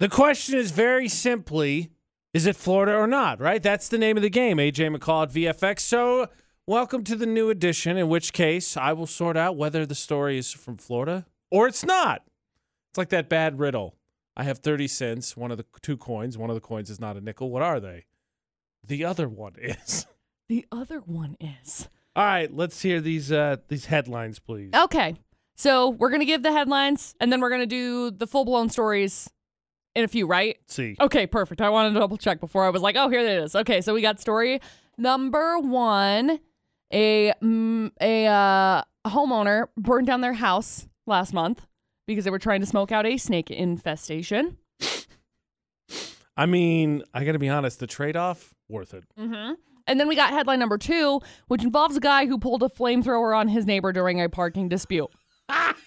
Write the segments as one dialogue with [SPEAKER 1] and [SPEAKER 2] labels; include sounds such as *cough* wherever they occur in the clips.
[SPEAKER 1] The question is very simply is it Florida or not, right? That's the name of the game, AJ McCall at VFX. So, welcome to the new edition, in which case I will sort out whether the story is from Florida or it's not. It's like that bad riddle. I have 30 cents, one of the two coins. One of the coins is not a nickel. What are they? The other one *laughs* is.
[SPEAKER 2] The other one is.
[SPEAKER 1] All right, let's hear these uh, these headlines, please.
[SPEAKER 2] Okay. So we're going to give the headlines and then we're going to do the full blown stories in a few, right?
[SPEAKER 1] Let's see.
[SPEAKER 2] Okay, perfect. I wanted to double check before I was like, oh, here it is. Okay, so we got story number one. A, mm, a uh, homeowner burned down their house last month because they were trying to smoke out a snake infestation.
[SPEAKER 1] I mean, I got to be honest, the trade off, worth it.
[SPEAKER 2] Mm-hmm. And then we got headline number two, which involves a guy who pulled a flamethrower on his neighbor during a
[SPEAKER 1] *laughs*
[SPEAKER 2] parking dispute. so,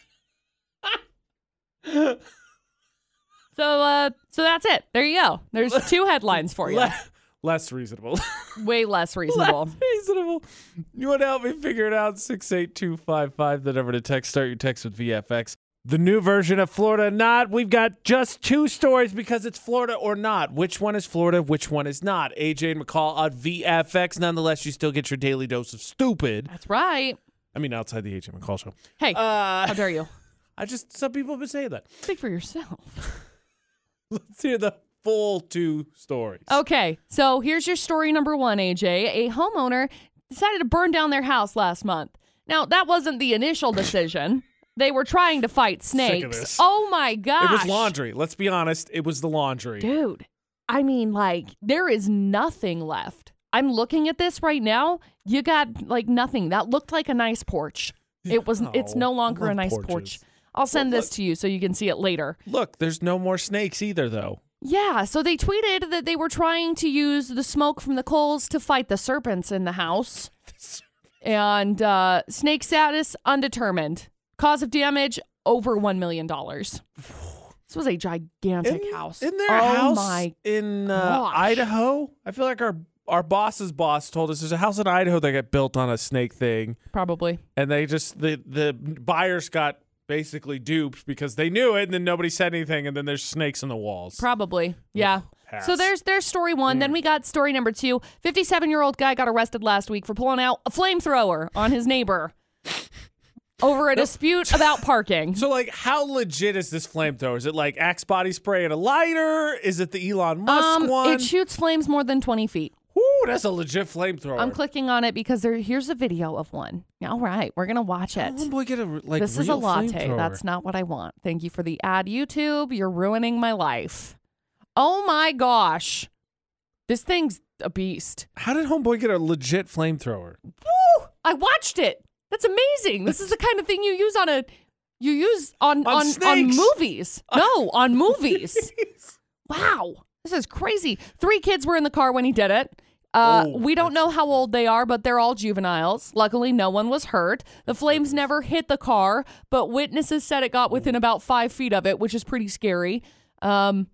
[SPEAKER 2] uh, so that's it. There you go.
[SPEAKER 1] *laughs*
[SPEAKER 2] There's two headlines for you.
[SPEAKER 1] Le- less reasonable. *laughs*
[SPEAKER 2] Way less reasonable.
[SPEAKER 1] Less reasonable. You want to help me figure it out? 68255, the number to text. Start your text with VFX. The new version of Florida or Not. We've got just two stories because it's Florida or not. Which one is Florida? Which one is not? AJ and McCall on VFX. Nonetheless, you still get your daily dose of stupid.
[SPEAKER 2] That's right.
[SPEAKER 1] I mean, outside the AJ and McCall show.
[SPEAKER 2] Hey,
[SPEAKER 1] Uh,
[SPEAKER 2] how
[SPEAKER 1] *laughs*
[SPEAKER 2] dare you?
[SPEAKER 1] I just, some people have been saying that.
[SPEAKER 2] Speak for yourself.
[SPEAKER 1] Let's hear the full two stories.
[SPEAKER 2] Okay, so here's your story number one, AJ. A homeowner decided to burn down their house last month. Now, that wasn't the initial decision. they were trying to fight
[SPEAKER 1] of
[SPEAKER 2] snakes.
[SPEAKER 1] this.
[SPEAKER 2] Oh my gosh.
[SPEAKER 1] It was laundry. Let's be honest. It was the laundry.
[SPEAKER 2] Dude, I mean, like, there is nothing left. I'm looking at this right now. You got like nothing. That looked like a nice porch. It was it's
[SPEAKER 1] Oh,
[SPEAKER 2] no
[SPEAKER 1] I
[SPEAKER 2] longer a
[SPEAKER 1] love
[SPEAKER 2] nice porch.
[SPEAKER 1] porches.
[SPEAKER 2] I'll send
[SPEAKER 1] Well,
[SPEAKER 2] this to you so you can see it later.
[SPEAKER 1] Look, there's no more snakes either, though.
[SPEAKER 2] Yeah, so they tweeted that they were trying to use the smoke from the coals to fight the serpents in
[SPEAKER 1] *laughs*
[SPEAKER 2] the house. and uh, snake status undetermined. Cause of damage over $1 million. This was a gigantic house.
[SPEAKER 1] in their
[SPEAKER 2] oh
[SPEAKER 1] house
[SPEAKER 2] my
[SPEAKER 1] in uh,
[SPEAKER 2] gosh.
[SPEAKER 1] Idaho. I feel like our our boss's boss told us there's a house in Idaho that got built on a snake thing,
[SPEAKER 2] Probably.
[SPEAKER 1] and they just the the buyers got basically duped because they knew it, and then nobody said anything, and then there's snakes in the walls.
[SPEAKER 2] Probably. Yeah.
[SPEAKER 1] pass. Mm.
[SPEAKER 2] So there's there's story one. Then we got story number two. 57 year old guy got arrested last week for pulling out a flamethrower on his
[SPEAKER 1] *laughs*
[SPEAKER 2] neighbor over a dispute about parking.
[SPEAKER 1] so like, how legit is this flamethrower? Is it like Axe body spray and a lighter? Is it the Elon Musk
[SPEAKER 2] Um,
[SPEAKER 1] one?
[SPEAKER 2] it shoots flames more than 20 feet.
[SPEAKER 1] Ooh, that's a legit flamethrower.
[SPEAKER 2] I'm clicking on it because there here's a video of one. All right, we're gonna watch it.
[SPEAKER 1] One boy get a like.
[SPEAKER 2] This is a
[SPEAKER 1] real
[SPEAKER 2] latte.
[SPEAKER 1] flamethrower.
[SPEAKER 2] That's not what I want. Thank you for the ad, YouTube. You're ruining my life. Oh my gosh. This thing's a beast.
[SPEAKER 1] How did homeboy get a legit
[SPEAKER 2] *laughs*
[SPEAKER 1] flamethrower?
[SPEAKER 2] Woo! I watched it. That's amazing. This is the kind of thing you use on a you use on
[SPEAKER 1] On
[SPEAKER 2] on on
[SPEAKER 1] snakes. *laughs*
[SPEAKER 2] movies. No, on movies. Wow. This is crazy. Three kids were in the car when he did it. Uh,
[SPEAKER 1] Oh,
[SPEAKER 2] we don't know how old they are, but they're all juveniles. Luckily, no one was hurt. The flames never hit the car, but witnesses said it got within about five feet of it, which is pretty scary. Um,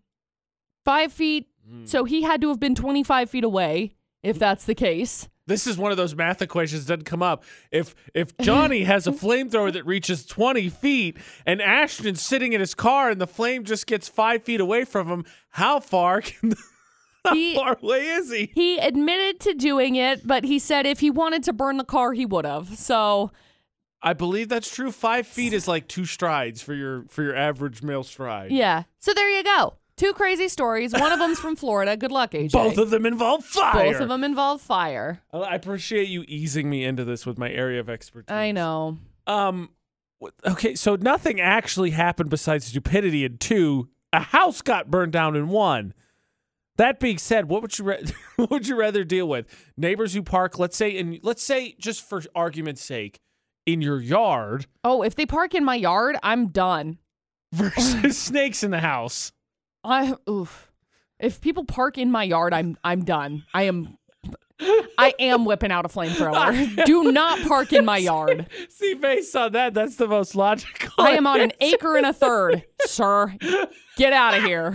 [SPEAKER 2] five feet.
[SPEAKER 1] Hmm.
[SPEAKER 2] So he had to have been 25 feet away, if that's
[SPEAKER 1] *laughs*
[SPEAKER 2] the case.
[SPEAKER 1] This is one of those math equations that doesn't come up. If if *laughs* Johnny has a flamethrower that reaches twenty feet and Ashton's sitting in his car and the flame just gets five feet away from him, how far *laughs* can how
[SPEAKER 2] He-
[SPEAKER 1] far away is he?
[SPEAKER 2] He admitted to doing it, but he said if he wanted to burn the car, he would have. So
[SPEAKER 1] I believe that's true. Five feet is like two strides for your for your average male stride.
[SPEAKER 2] yeah. So there you go. Two crazy stories. One
[SPEAKER 1] *laughs*
[SPEAKER 2] of them's from Florida. Good luck, AJ.
[SPEAKER 1] Both of them involve fire.
[SPEAKER 2] Both of them involve fire.
[SPEAKER 1] I appreciate you easing me into this with my area of expertise.
[SPEAKER 2] I know.
[SPEAKER 1] Um. what- Okay, so nothing actually happened besides stupidity in two. A house got burned down in one. That being said, what would you ra- *laughs* what would you rather deal with? Neighbors who park, let's say, and let's say just for argument's sake, in your yard *laughs*
[SPEAKER 2] Oh, if they park in my yard, I'm done. *laughs*
[SPEAKER 1] versus snakes in the house.
[SPEAKER 2] I oof. If people park in my yard, I'm I'm done. I am I am whipping out
[SPEAKER 1] *laughs*
[SPEAKER 2] a flamethrower. Do not park in my yard.
[SPEAKER 1] See, based on that, that's the most logical.
[SPEAKER 2] I am on an acre and a third, sir. Get out
[SPEAKER 1] *laughs*
[SPEAKER 2] of here.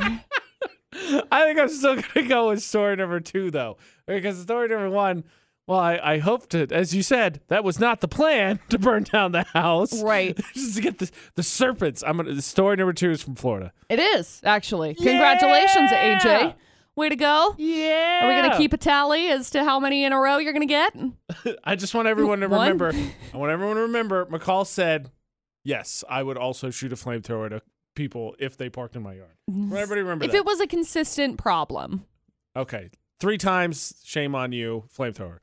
[SPEAKER 1] I think I'm still gonna go with story number two though, because story number one Well, I, I hoped it. As you said, that was not the plan *laughs* to burn down the house.
[SPEAKER 2] Right.
[SPEAKER 1] *laughs* Just to get the, the serpents. I'm gonna. Story number two is from Florida.
[SPEAKER 2] It is, actually. Congratulations,
[SPEAKER 1] Yeah!
[SPEAKER 2] AJ. Way to go.
[SPEAKER 1] Yeah.
[SPEAKER 2] Are we going to keep a tally as to how many in a row you're going to get?
[SPEAKER 1] I just want everyone to
[SPEAKER 2] One?
[SPEAKER 1] remember. I want everyone to remember. McCall said, "Yes, I would also shoot a flamethrower at people if they parked in my yard." I want everybody to remember
[SPEAKER 2] If
[SPEAKER 1] that.
[SPEAKER 2] it was a consistent problem.
[SPEAKER 1] okay, three times. Shame on you, flamethrower.